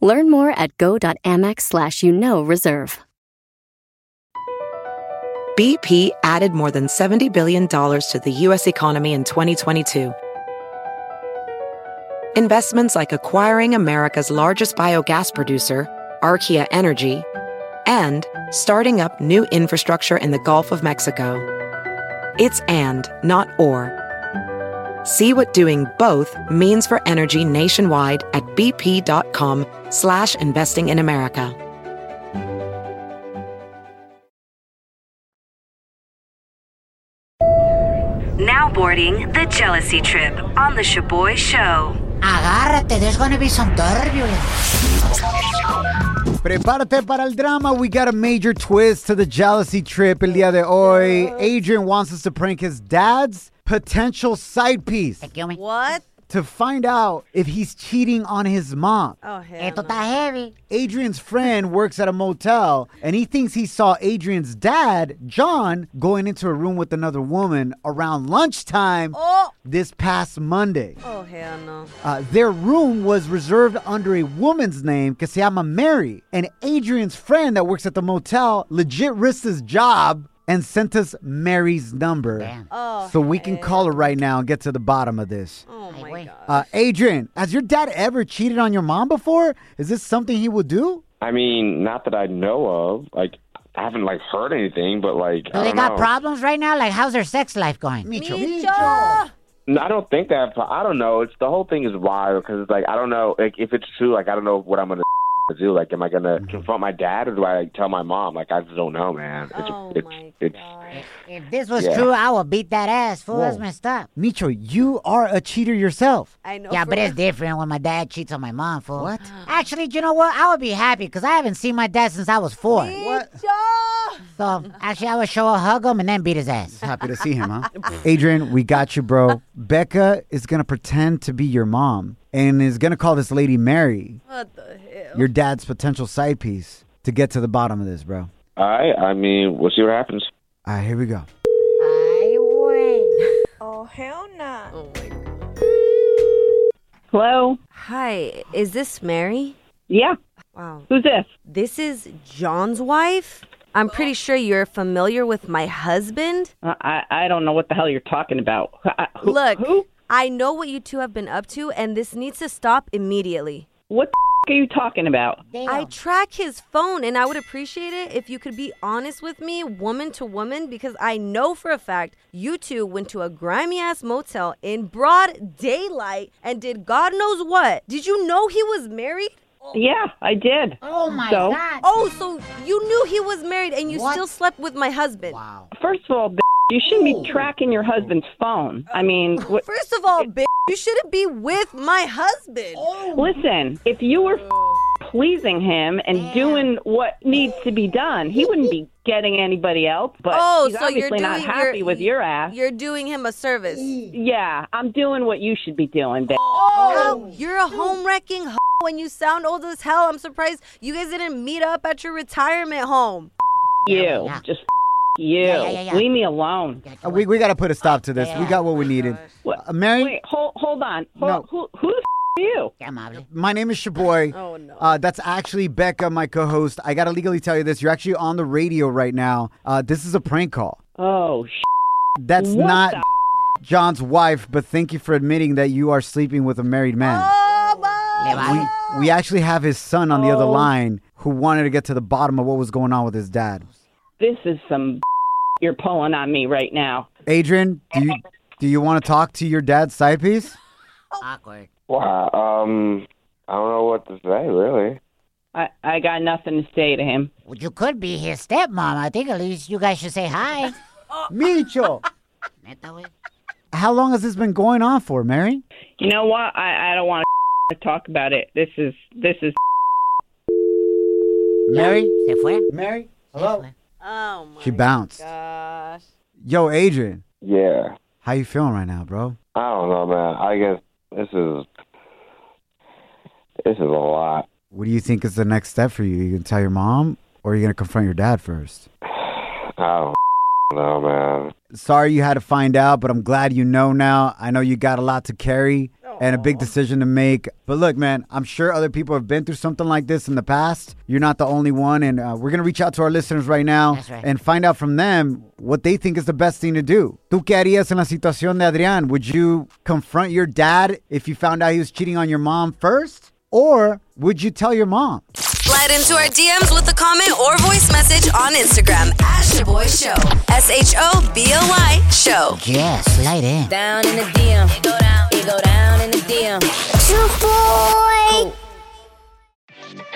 Learn more at go.amex slash you know reserve. BP added more than $70 billion to the U.S. economy in 2022. Investments like acquiring America's largest biogas producer, Archaea Energy, and starting up new infrastructure in the Gulf of Mexico. It's and, not or. See what doing both means for energy nationwide at bp.com slash investing in America. Now boarding the jealousy trip on the Shaboy Show. Agárrate, there's gonna be some turbulence. Prepárate para el drama. We got a major twist to the jealousy trip el día de hoy. Adrian wants us to prank his dad's potential side piece Aquí, hombre. What? to find out if he's cheating on his mom. Oh, hell. Esto está heavy. Adrian's friend works at a motel and he thinks he saw Adrian's dad, John, going into a room with another woman around lunchtime Oh. this past Monday. Oh, hell no. Uh, their room was reserved under a woman's name, que se llama Mary. And Adrian's friend that works at the motel legit risked his job and sent us Mary's number. Damn. Oh, So we can call her right now and get to the bottom of this. oh Ay, my güey. God. Uh, Adrian, has your dad ever cheated on your mom before? Is this something he will do? I mean, not that I know of. Like, I haven't like heard anything, but like, Do I they don't got know. problems right now? Like, how's their sex life going? Micho. Micho! No, I don't think that. but I don't know. It's the whole thing is wild because like I don't know. Like, if it's true, like I don't know what I'm gonna do. Like, am I gonna confront my dad or do I like, tell my mom? Like, I just don't know, man. It's, Oh, it's, my it's, God. If this was Yeah. true, I would beat that ass. Fool, that's Whoa. messed up. Micho, you are a cheater yourself. I know. yeah, for but real. it's different when my dad cheats on my mom, fool. What? Actually, you know what? I would be happy because I haven't seen my dad since I was four. Micho! So, actually, I would show a hug him and then beat his ass. Happy to see him, huh? Adrian, we got you, bro. Becca is going to pretend to be your mom and is going to call this lady Mary, What the hell? your dad's potential side piece, to get to the bottom of this, bro. all right. I mean, we'll see what happens. All right, here we go. Ay, güey. Hello. Hi, is this Mary? Yeah. Wow. Who's this? This is John's wife? I'm pretty sure you're familiar with my husband. Uh, I I I don't know what the hell you're talking about. I- I- Who, Look, Who? I know what you two have been up to, and this needs to stop immediately. What the f- are you talking about? Damn. I track his phone, and I would appreciate it if you could be honest with me, woman to woman, because I know for a fact you two went to a grimy ass motel in broad daylight and did God knows what. Did you know he was married? Yeah, I did. oh, my So? God. Oh, so you knew he was married and you What? still slept with my husband. Wow. First of all, b- you shouldn't be tracking your husband's phone. I mean, what, First of all, bitch, you shouldn't be with my husband. Oh. listen, if you were f- pleasing him and doing what needs to be done, he wouldn't be getting anybody else. But Oh, he's so you're obviously not doing- you're- happy with your ass. You're doing him a service. Yeah, I'm doing what you should be doing. b- How- you're a home wrecking hoe and you sound old as hell. I'm surprised you guys didn't meet up at your retirement home. You yeah. just f- you Yeah, yeah, yeah, yeah. leave me alone. Uh, we we got to put a stop to this. We got what we needed. What- Uh, Mary, Wait, hold hold on. Hold, No. Who who the f- are you? Qué amable. my name is Shaboy. Oh, no. Uh, that's actually Becca, my co host. I got to legally tell you this. You're actually on the radio right now. Uh, this is a prank call. Oh, That's What not the John's wife, but thank you for admitting that you are sleeping with a married man. Oh, Le vale. We, we actually have his son on the other line who wanted to get to the bottom of what was going on with his dad. this is some you're pulling on me right now. Adrian, do you do you want to talk to your dad's side piece? Awkward. Wow. Um, I don't know what to say, really. I, I got nothing to say to him. Well, You could be his stepmom. I think at least you guys should say hi. Micho, Neta, güey. how long has this been going on for, Mary? You know what? I, I don't want to talk about it. This is this is Mary, Se fue. Mary, Oh my She bounced. gosh. Yo, Adrian, Yeah. how you feeling right now, bro? I don't know, man. I guess this is this is a lot. What do you think is the next step for you? You gonna tell your mom, or are you gonna confront your dad first? I don't know, man. Sorry you had to find out, but I'm glad you know now. I know you got a lot to carry and a big decision to make. But look, man, I'm sure other people have been through something like this in the past. You're not the only one, and uh, we're gonna reach out to our listeners right now That's right. and find out from them what they think is the best thing to do. ¿Tú qué harías en la situación de Adrián? Would you confront your dad if you found out he was cheating on your mom first, or would you tell your mom? Slide into our DMs with a comment or voice message on Instagram at Shaboy Show. S H O B O Y Show. Yes, slide in. Down in the DM. It go down. It go down in the DM.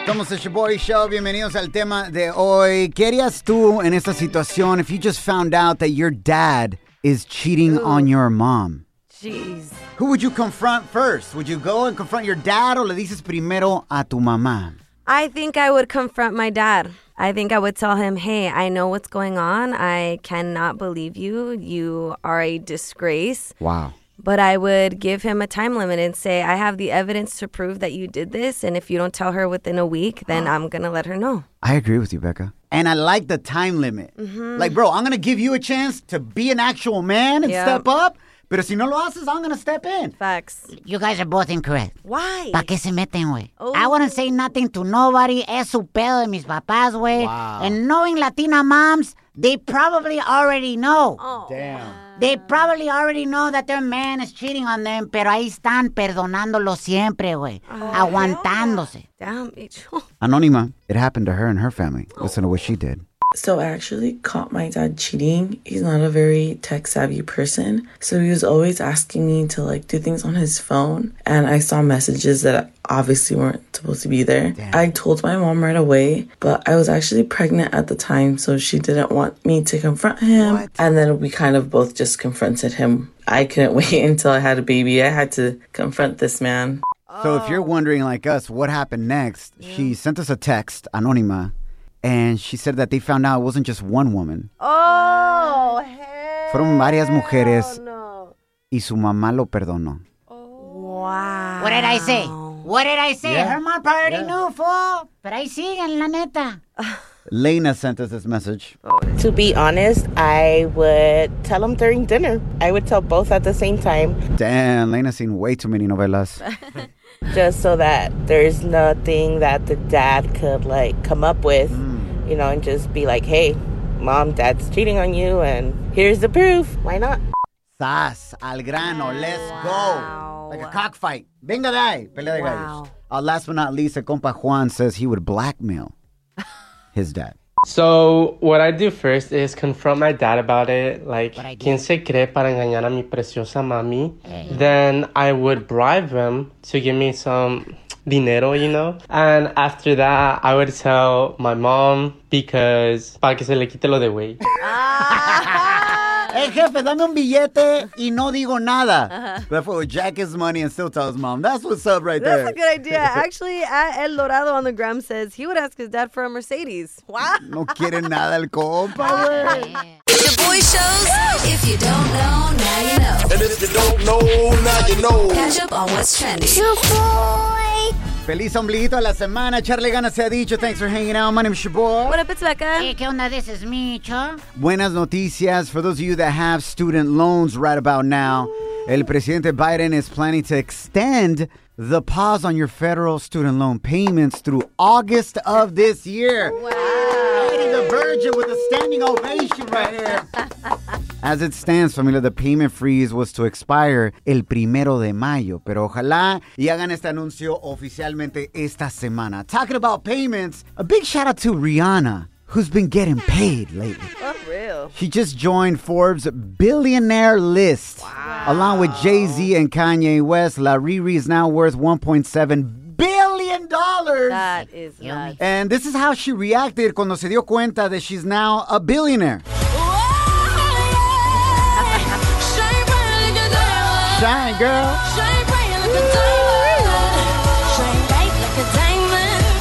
Somos el Shaboy Show. Bienvenidos al tema de hoy. ¿Qué harías tú en esta situación if you just found out that your dad is cheating on your mom? Jeez. Who would you confront first? Would you go and confront your dad or le dices primero a tu mamá? I think I would confront my dad. I think I would tell him, hey, I know what's going on. I cannot believe you. You are a disgrace. Wow. But I would give him a time limit and say, I have the evidence to prove that you did this. And if you don't tell her within a week, then I'm going to let her know. I agree with you, Becca. And I like the time limit. Mm-hmm. Like, bro, I'm going to give you a chance to be an actual man and Yeah. step up. Pero si no lo haces, I'm going to step in. Facts. You guys are both incorrect. Why? ¿Pa qué se meten, güey? I wouldn't say nothing to nobody. Es su pedo de mis papás, güey. And knowing Latina moms, they probably already know. Damn. They probably already know that their man is cheating on them, pero ahí están perdonándolo siempre, güey. Oh, aguantándose. Damn, bitch. Anonima, it happened to her and her family. Listen to what she did. So I actually caught my dad cheating. He's not a very tech savvy person. So he was always asking me to like do things on his phone. And I saw messages that obviously weren't supposed to be there. I told my mom right away, but I was actually pregnant at the time. So she didn't want me to confront him. And then we kind of both just confronted him. I couldn't wait until I had a baby. I had to confront this man. So Oh. if you're wondering, like us, what happened next, she sent us a text, Anonima, and she said that they found out it wasn't just one woman. Oh, hell. Fueron varias mujeres no. Oh. y su mamá lo perdonó. Wow. What did I say? What did I say? Her mom probably knew, fool. Pero ahí siguen, la neta. Lena sent us this message. Oh. To be honest, I would tell them during dinner. I would tell both at the same time, Damn, Lena's seen way too many novelas. just so that there's nothing that the dad could like come up with, you know, and just be like, hey, mom, dad's cheating on you, and here's the proof. Why not? Sas, al grano, let's go. Like a cockfight. Venga de ahí, pelea de gallos. Uh, last but not least, a compa Juan says he would blackmail his dad. So, what I do first is confront my dad about it, like, ¿quién se cree para engañar a mi preciosa mami? Then I would bribe him to give me some dinero, you know? And after that, I would tell my mom because para que se le quite lo de güey. Hey, jefe, dame un billete y no digo nada. That fool would jack his money and still tell his mom. That's what's up right Uh-huh. That's there. a good idea. Actually, at El Dorado on the gram says he would ask his dad for a Mercedes. Wow. No quiere nada el compa, güey. Shaboy Shows. If you don't know, now you know. And if you don't know, now you know. Catch up on what's trending. Feliz ombliguito a la semana. Charlie Gana se ha dicho. Thanks for hanging out. My name is your boy. What up, it's Becca. Hey, ¿qué onda? This is Micho. Buenas noticias for those of you that have student loans right about now. El presidente Biden is planning to extend the pause on your federal student loan payments through August of this year. Wow. The Virgin with a standing ovation right here. As it stands, familia, the payment freeze was to expire el primero de mayo, pero ojalá y hagan este anuncio oficialmente esta semana. Talking about payments, a big shout out to Rihanna who's been getting paid lately. For real. She just joined Forbes' billionaire list. Along with Jay Z and Kanye West, La Riri is now worth 1.7 billion dollars. That is nuts. And this is how she reacted cuando se dio cuenta that she's now a billionaire. Shine, girl.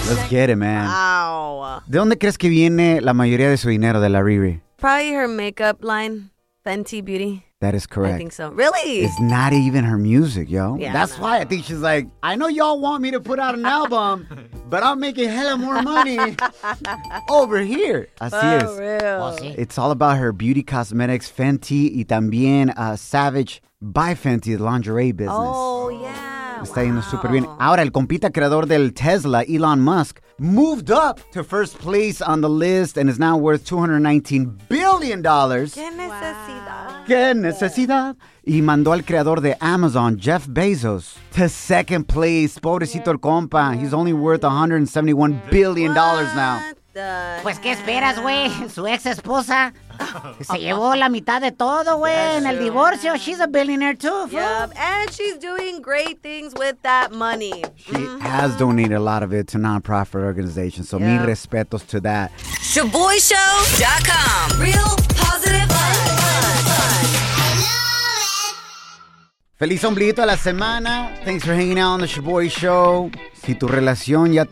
Let's get it, man. Wow. ¿De dónde crees que viene la mayoría de su dinero de la Riri? Probably her makeup line, Fenty Beauty. That is correct. I think so. Really? It's not even her music, yo. Yeah, That's why I think she's like, I know y'all want me to put out an album, but I'm making hella more money over here. Así es. It's all about her beauty cosmetics, Fenty, y también uh, Savage by Fenty, the lingerie business. Oh, yeah. Está yendo súper bien. Ahora, el compita creador del Tesla, Elon Musk, moved up to first place on the list and is now worth $219 billion. Qué necesidad. ¡Qué necesidad! Y mandó al creador de Amazon, Jeff Bezos, to second place. Pobrecito el compa. He's only worth $171 billion now. Pues, ¿qué esperas, güey? Su ex esposa se llevó la mitad de todo, güey, en el divorcio. She's a billionaire, too. fool. Yup. And she's doing great things with that money. He has donated a lot of it to nonprofit organizations. So, mi respetos to that. ShaboyShow.com. Real positive life. Feliz ombliguito de la semana. Thanks for hanging out on the Shaboy Show. Si tu relación ya te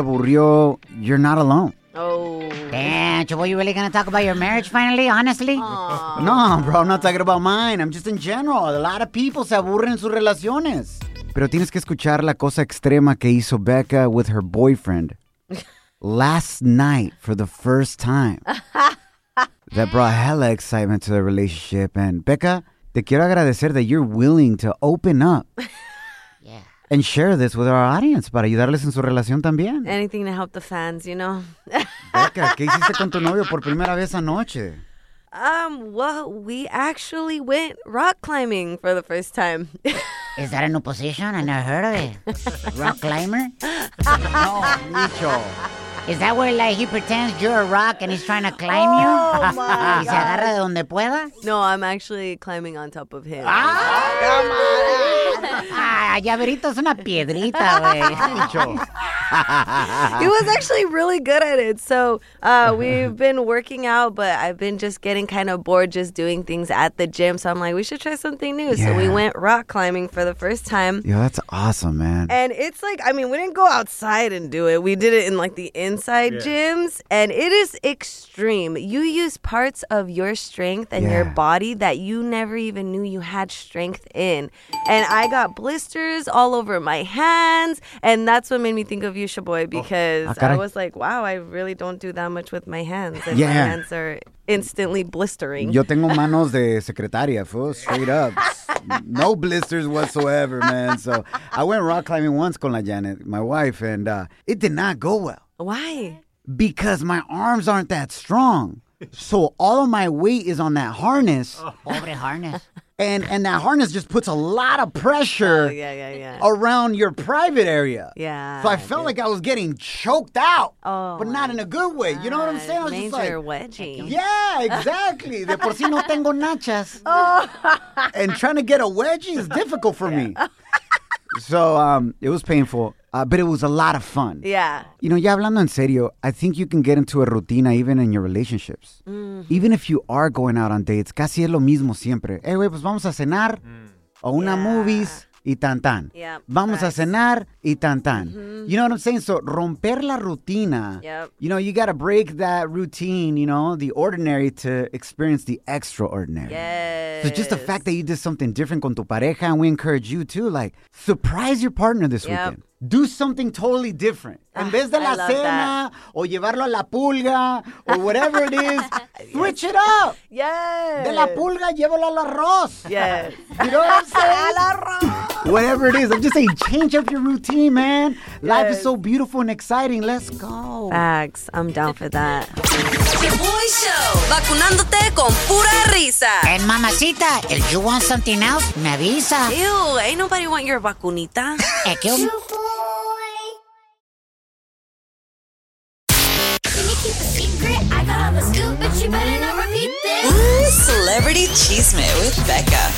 aburrió, you're not alone. Oh. Damn, Chubo, you really gonna talk about your marriage finally, honestly? No, bro, I'm not talking about mine. I'm just in general. A lot of people se aburren en sus relaciones. Pero tienes que escuchar la cosa extrema que hizo Becca with her boyfriend last night for the first time. that brought hella excitement to the relationship. And Becca, te quiero agradecer that you're willing to open up. And share this with our audience para ayudarles en su relación también. Anything to help the fans, you know? Becca, ¿qué hiciste con tu novio por primera vez anoche? Um, well, we actually went rock climbing for the first time. Is that a new position? I never heard of it. Rock climber? No, Micho. Is that where like he pretends you're a rock and he's trying to climb you? Oh, my y se agarra de donde pueda. no, I'm actually climbing on top of him. Ah, llaverito es una piedrita, güey. he was actually really good at it. So uh, we've been working out, but I've been just getting kind of bored just doing things at the gym. So I'm like, we should try something new. So we Yeah. went rock climbing for the first time. Yo, that's awesome, man. And it's like, I mean, we didn't go outside and do it. We did it in like the inside Yeah. gyms. And it is extreme. You use parts of your strength and your Yeah. body that you never even knew you had strength in. And I got blisters all over my hands. And that's what made me think of you, Shaboy, because Ah, I caray. was like, wow, I really don't do that much with my hands. And my Yeah. hands are instantly blistering. Yo tengo manos de secretaria, fool, straight up. No blisters whatsoever, man. So I went rock climbing once con la Janet, my wife, and uh, it did not go well Why? because my arms aren't that strong. So all of my weight is on that harness, Oh. Pobre harness. and, and that harness just puts a lot of pressure Oh, yeah, yeah, yeah. around your private area. Yeah. So I felt like I was getting choked out, Oh, but not in a good way. You know what I'm saying? I was just like, Major wedgie. yeah, exactly. De por si no tengo nachas. Oh. and trying to get a wedgie is difficult for me. So um, it was painful. uh, but it was a lot of fun. Yeah. You know, ya hablando en serio, I think you can get into a rutina even in your relationships. Even if you are going out on dates, casi es lo mismo siempre. Hey, güey, pues vamos a cenar o una movies y tan tan. Yep, Vamos a cenar y tan tan. You know what I'm saying? So, romper la rutina. Yep. You know, you got to break that routine, you know, the ordinary to experience the extraordinary. Yes. So just the fact that you did something different con tu pareja, and we encourage you too, like surprise your partner this Yep. Ah, weekend. Do something totally different. En vez de I la love cena o llevarlo a la pulga or whatever it is, switch it up. Yes. De la pulga llévalo al arroz. Yes. You know what I'm saying? Whatever it is, I'm just saying, change up your routine, man. Life is Yes. so beautiful and exciting. Let's go. Facts. I'm down for that. The Boy Show. Vacunándote con pura risa. And mamacita, if you want something else, me avisa. Eh, Ew, ain't nobody want your vacunita. Ooh, Celebrity Chisme with Becca.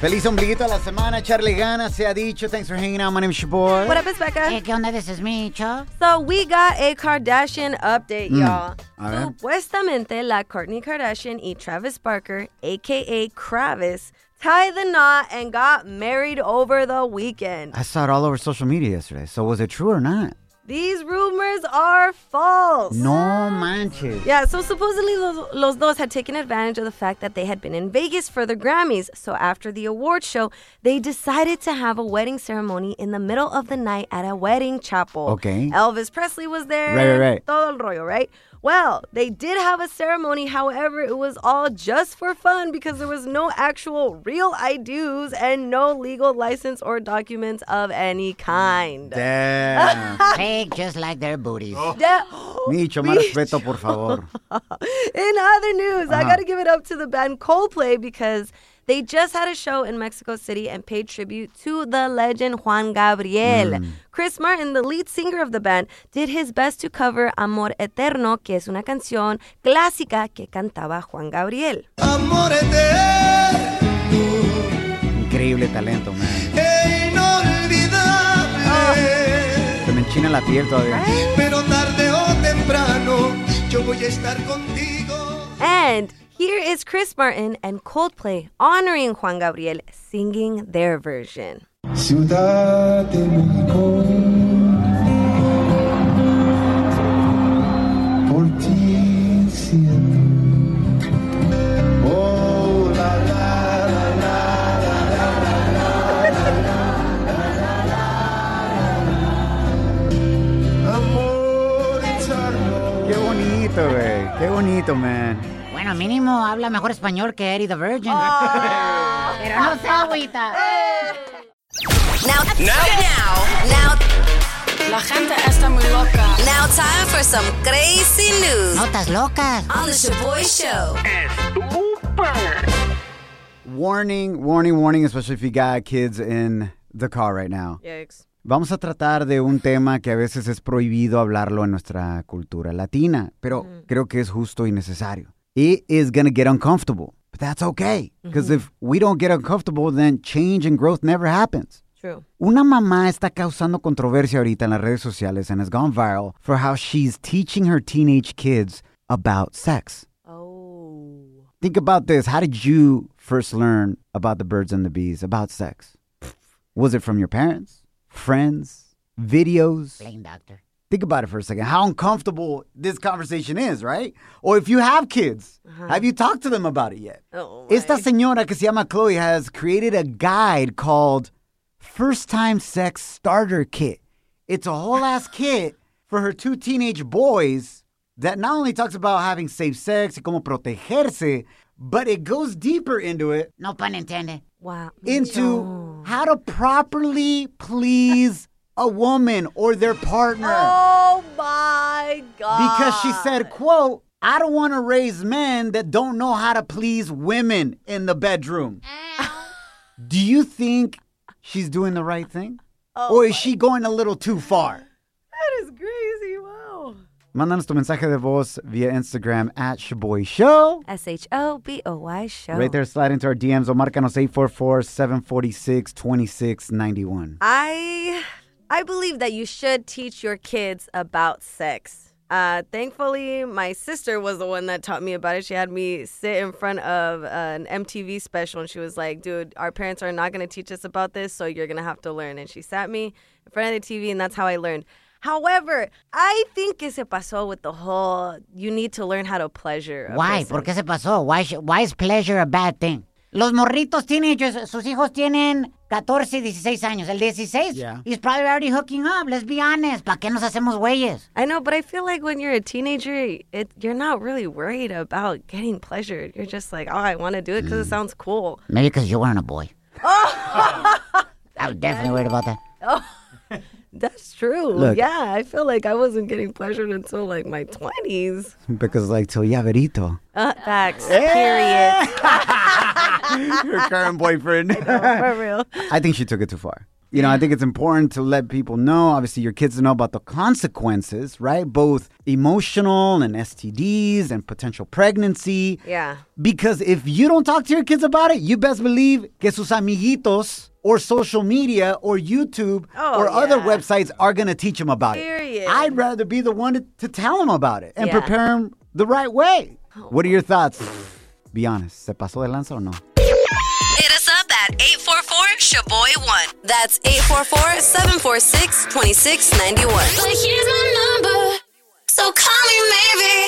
Feliz ombliguito de la semana, Charlie Gana, se ha dicho. Thanks for hanging out. My name's Shaboy. What up, it's Becca. Hey, eh, ¿qué onda? This is me, Cho. So we got a Kardashian update, Mm. y'all. A ver. Supuestamente la Kourtney Kardashian y Travis Barker, aka Kravis, tied the knot and got married over the weekend. I saw it all over social media yesterday. So was it true or not? These rumors are false. No manches. Yeah, so supposedly los, los dos had taken advantage of the fact that they had been in Vegas for the Grammys. So after the award show, they decided to have a wedding ceremony in the middle of the night at a wedding chapel. Okay. Elvis Presley was there. Right, right, right. Todo el rollo, right? Well, they did have a ceremony. However, it was all just for fun because there was no actual real I do's and no legal license or documents of any kind. Damn. Fake just like their booties. Yeah. Micho, más respeto, por favor. In other news, I Uh-huh. got to give it up to the band Coldplay because they just had a show in Mexico City and paid tribute to the legend Juan Gabriel. Chris Martin, the lead singer of the band, did his best to cover Amor Eterno, que es una canción clásica que cantaba Juan Gabriel. Increíble talento, man. Se me enchina la piel todavía. Pero tarde o temprano yo voy a estar contigo. And here is Chris Martin and Coldplay honoring Juan Gabriel singing their version. Ciudad de México. Por ti siento. Oh, la, la, la, la, la, la, la, la, la, la, la, la. Amor eterno. Qué bonito, güey. Qué bonito, man. Bueno, mínimo habla mejor español que Eddie the Virgin. Pero no se agüita. Now, now, now, now. La gente está muy loca. Now, time for some crazy news. Notas locas. On the Shaboy Show. Warning, warning, warning, especially if you got kids in the car right now. Yikes. Vamos a tratar de un tema que a veces es prohibido hablarlo en nuestra cultura latina, pero creo que es justo y necesario. It is going to get uncomfortable, but that's okay, because if we don't get uncomfortable, then change and growth never happens. True. Una mamá está causando controversia ahorita en las redes sociales and has gone viral for how she's teaching her teenage kids about sex. Oh. Think about this. How did you first learn about the birds and the bees, about sex? Was it from your parents, friends, videos? Plain doctor. Think about it for a second. How uncomfortable this conversation is, right? Or if you have kids, have you talked to them about it yet? Uh-huh. Oh. Esta señora que se llama Chloe has created a guide called First Time Sex Starter Kit. It's a whole ass kit for her two teenage boys that not only talks about having safe sex y cómo protegerse, but it goes deeper into it, No pun intended. Wow. into how to properly please a woman or their partner. Oh my God. Because she said, quote, I don't want to raise men that don't know how to please women in the bedroom. Do you think she's doing the right thing? or is she going a little too far? That is crazy. Wow. Mándanos tu mensaje de voz via Instagram at Shaboy Show. S H O B O Y show. Right there, slide into our DMs o márcanos 844-746-2691. I I believe that you should teach your kids about sex. Uh, thankfully, my sister was the one that taught me about it. She had me sit in front of uh, an MTV special, and she was like, "Dude, our parents are not going to teach us about this, so you're going to have to learn." And she sat me in front of the TV, and that's how I learned. However, I think que se pasó with the whole you need to learn how to pleasure. a Why? person. ¿Por qué se pasó? Why, sh- why is pleasure a bad thing? Los morritos teenagers, sus hijos tienen 14 y 16 años. El 16 Yeah. he's probably already hooking up. Let's be honest. ¿Para qué nos hacemos güeyes? I know, but I feel like when you're a teenager, it, you're not really worried about getting pleasure. You're just like, oh, I want to do it because Mm. it sounds cool. Maybe because you weren't a boy. I was definitely worried about that. Oh, that's true. Look. Yeah, I feel like I wasn't getting pleasure until like my 20s. Because like, till llaverito. Uh, facts. Period. Your current boyfriend. For real. I think she took it too far. You know, I think it's important to let people know, obviously, your kids to know about the consequences, right? Both emotional and STDs and potential pregnancy. Yeah. Because if you don't talk to your kids about it, you best believe que sus amiguitos or social media or YouTube Oh, or other yeah. websites are going to teach them about Period. it. I'd rather be the one to, to tell them about it and Yeah. Oh. prepare them the right way. What are your thoughts? Be honest. ¿Se pasó de lanza or no? Hit us up at 844-SHABOY1. That's 844-746-2691. Well, here's my number, so call me maybe.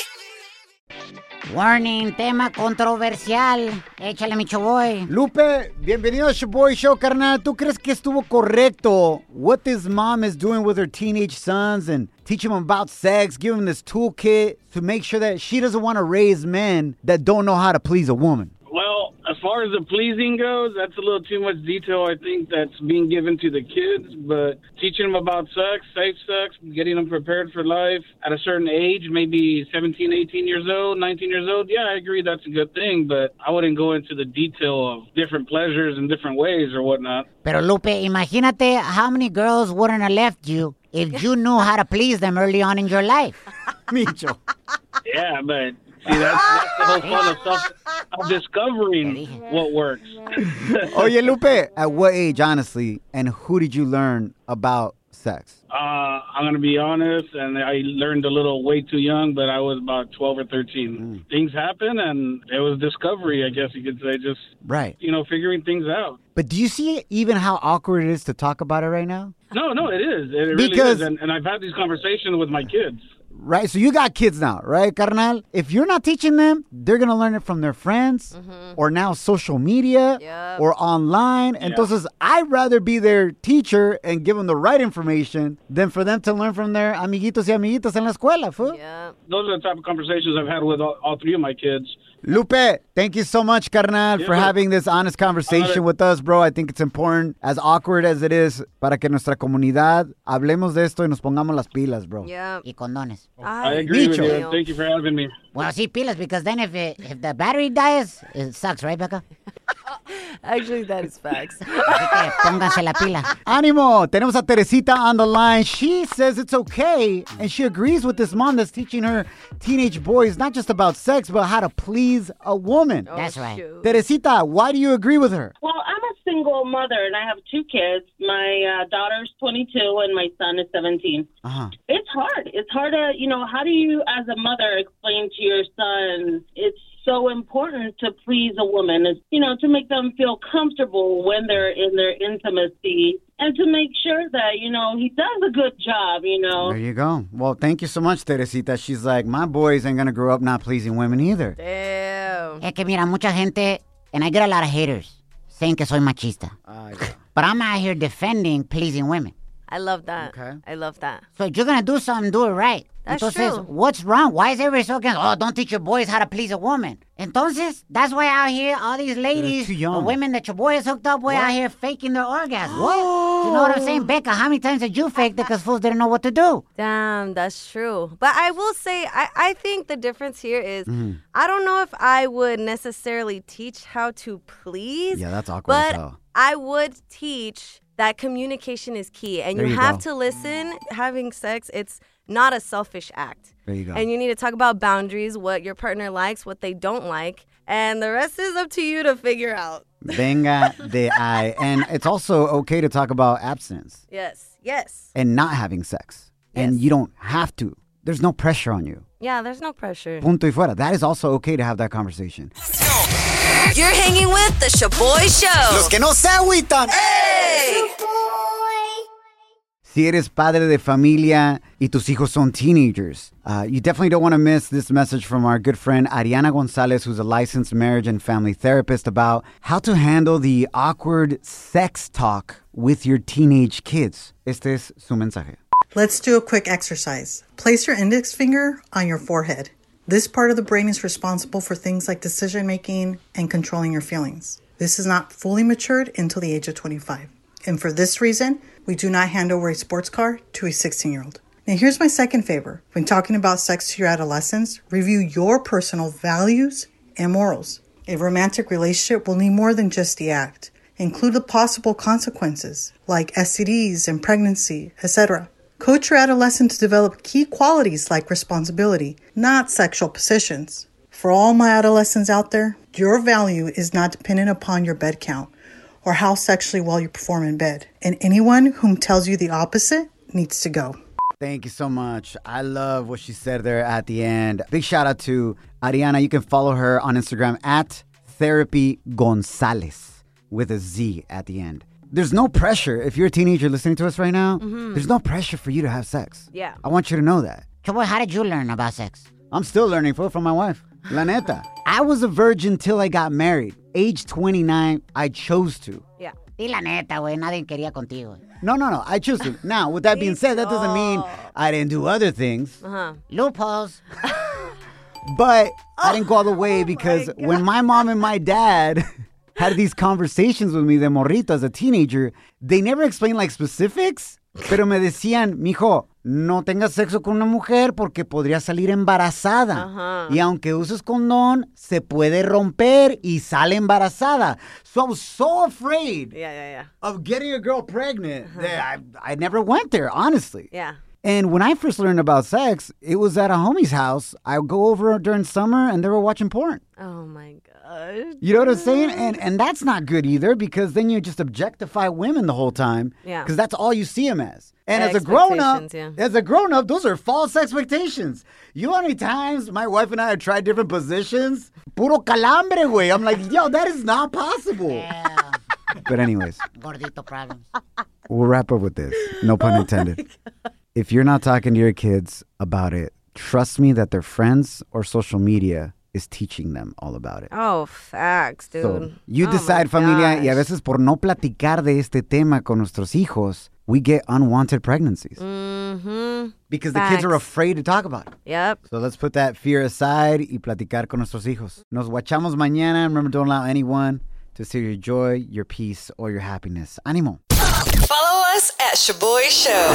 Warning, tema controversial. Échale, mi choboy. Lupe, bienvenido a Your Boy Show, carnal. ¿Tú crees que estuvo correcto what this mom is doing with her teenage sons and teaching them about sex, giving them this toolkit to make sure that she doesn't want to raise men that don't know how to please a woman? Well, as far as the pleasing goes, that's a little too much detail, I think, that's being given to the kids. But teaching them about sex, safe sex, getting them prepared for life at a certain age, maybe 17, 18 years old, 19 years old, yeah, I agree that's a good thing. But I wouldn't go into the detail of different pleasures and different ways or whatnot. Pero Lupe, imagínate how many girls wouldn't have left you if you knew how to please them early on in your life. Micho. Yeah, but see, that's, that's the whole fun of, self, of discovering what works. Oye, Lupe, at what age, honestly, and who did you learn about sex? Uh, I'm gonna be honest, and I learned a little way too young, but I was about 12 or 13. Things happen, and it was discovery, I guess you could say, just Right. you know, figuring things out. But do you see even how awkward it is to talk about it right now? No, no, it is. It really Because- is, and, and I've had these conversations with my kids. Right? So you got kids now, right, carnal? If you're not teaching them, they're going to learn it from their friends or now social media or online. Entonces, I'd rather be their teacher and give them the right information than for them to learn from their amiguitos y amiguitas en la escuela, fool. Those are the type of conversations I've had with all, all three of my kids. Lupe, thank you so much, carnal, Yeah, for bro. having this honest conversation with us, bro. I think it's important, as awkward as it is, para que nuestra comunidad hablemos de esto y nos pongamos las pilas, bro. Y condones. I agree with you. and Thank you for having me. Well, sí, pilas, because then if, it, if the battery dies, it sucks, right, Becca? Actually, that is facts. Así que Eh, pónganse la pila. Ánimo, tenemos a Teresita on the line. She says it's okay, and she agrees with this mom that's teaching her teenage boys not just about sex, but how to please a woman. That's right. shoot. Teresita, why do you agree with her? Well, I'm a single mother and I have two kids. My uh, daughter's 22 and my son is 17. Uh-huh. It's hard. It's hard to, you know, how do you, as a mother, explain to your son it's so important to please a woman, is, you know, to make them feel comfortable when they're in their intimacy and to make sure that, you know, he does a good job, you know. There you go. Well, thank you so much, Teresita. She's like, my boys ain't gonna grow up not pleasing women either. Es que mira, mucha gente, and I get a lot of haters saying que soy machista. Ah, But I'm out here defending pleasing women. I love that. Okay. I love that. So if you're gonna do something, do it right. That's Entonces, true. what's wrong? Why is everybody so against? Oh, don't teach your boys how to please a woman. Entonces, that's why out here, all these ladies, too the young. women that your boy is hooked up with, out here faking their orgasm. What? You know what I'm saying, Becca? How many times did you fake that? Because fools didn't know what to do. Damn, that's true. But I will say, I, I think the difference here is Mm-hmm. I don't know if I would necessarily teach how to please. Yeah, that's awkward as But hell. I would teach that communication is key and There you you have go. to listen. Having sex, it's not a selfish act. There you go. And you need to talk about boundaries, what your partner likes, what they don't like, and the rest is up to you to figure out. Venga de ahí. And it's also okay to talk about abstinence Yes, yes. and not having sex. And you don't have to. There's no pressure on you. Yeah, there's no pressure. Punto y fuera. That is also okay to have that conversation. You're hanging with the Shaboy Show. Los que no se agüitan. Hey! Si eres padre de familia y tus hijos son teenagers, uh, you definitely don't want to miss this message from our good friend Ariana Gonzalez, who's a licensed marriage and family therapist, about how to handle the awkward sex talk with your teenage kids. Este es su mensaje. Let's do a quick exercise. Place your index finger on your forehead. This part of the brain is responsible for things like decision making and controlling your feelings. This is not fully matured until the age of 25. And for this reason, we do not hand over a sports car to a 16 year old. Now, here's my second favor when talking about sex to your adolescents, review your personal values and morals. A romantic relationship will need more than just the act, include the possible consequences like STDs and pregnancy, etc. Coach your adolescent to develop key qualities like responsibility, not sexual positions. For all my adolescents out there, your value is not dependent upon your bed count or how sexually well you perform in bed. And anyone whom tells you the opposite needs to go. Thank you so much. I love what she said there at the end. Big shout out to Ariana. You can follow her on Instagram at Therapy Gonzalez with a Z at the end. There's no pressure. If you're a teenager listening to us right now, Mhm. there's no pressure for you to have sex. Yeah. I want you to know that. Chaboy, how did you learn about sex? I'm still learning fool, from my wife. La neta. I was a virgin till I got married. Age 29, I chose to. Yeah. Y la neta, güey, nadie quería contigo. No, no, no. I chose to. Now, with that being said, that doesn't mean I didn't do other things. Uh-huh. Loopholes. But I didn't go all the way because when my mom and my dad had these conversations with me de morrito as a teenager, they never explained like specifics, pero me decían, mijo, no tengas sexo con una mujer porque podría salir embarazada. Ajá. Y aunque uses condón, se puede romper y sale embarazada. So I was so afraid Yeah, yeah, yeah. of getting a girl pregnant that I, I never went there, honestly. Yeah. And when I first learned about sex, it was at a homie's house. I would go over during summer and they were watching porn. Oh my gosh. You know what I'm saying? And and that's not good either because then you just objectify women the whole time. Yeah. Because that's all you see them as. And Yeah, as a grown up, expectations, as a grown up, those are false expectations. You know how many times my wife and I have tried different positions? Puro calambre, way. I'm like, yo, that is not possible. But anyways, Gordito problems. we'll wrap up with this. Oh No pun intended. If you're not talking to your kids about it, trust me that their friends or social media is teaching them all about it. Oh, facts, dude. So, you Oh my decide, familia, y a gosh. veces por no platicar de este tema con nuestros hijos, we get unwanted pregnancies Mm-hmm. because the kids are afraid to talk about it. Yep. So let's put that fear aside y platicar con nuestros hijos. Nos guachamos mañana. Remember, don't allow anyone to steal your joy, your peace, or your happiness. Ánimo. Follow us at Shaboy Show.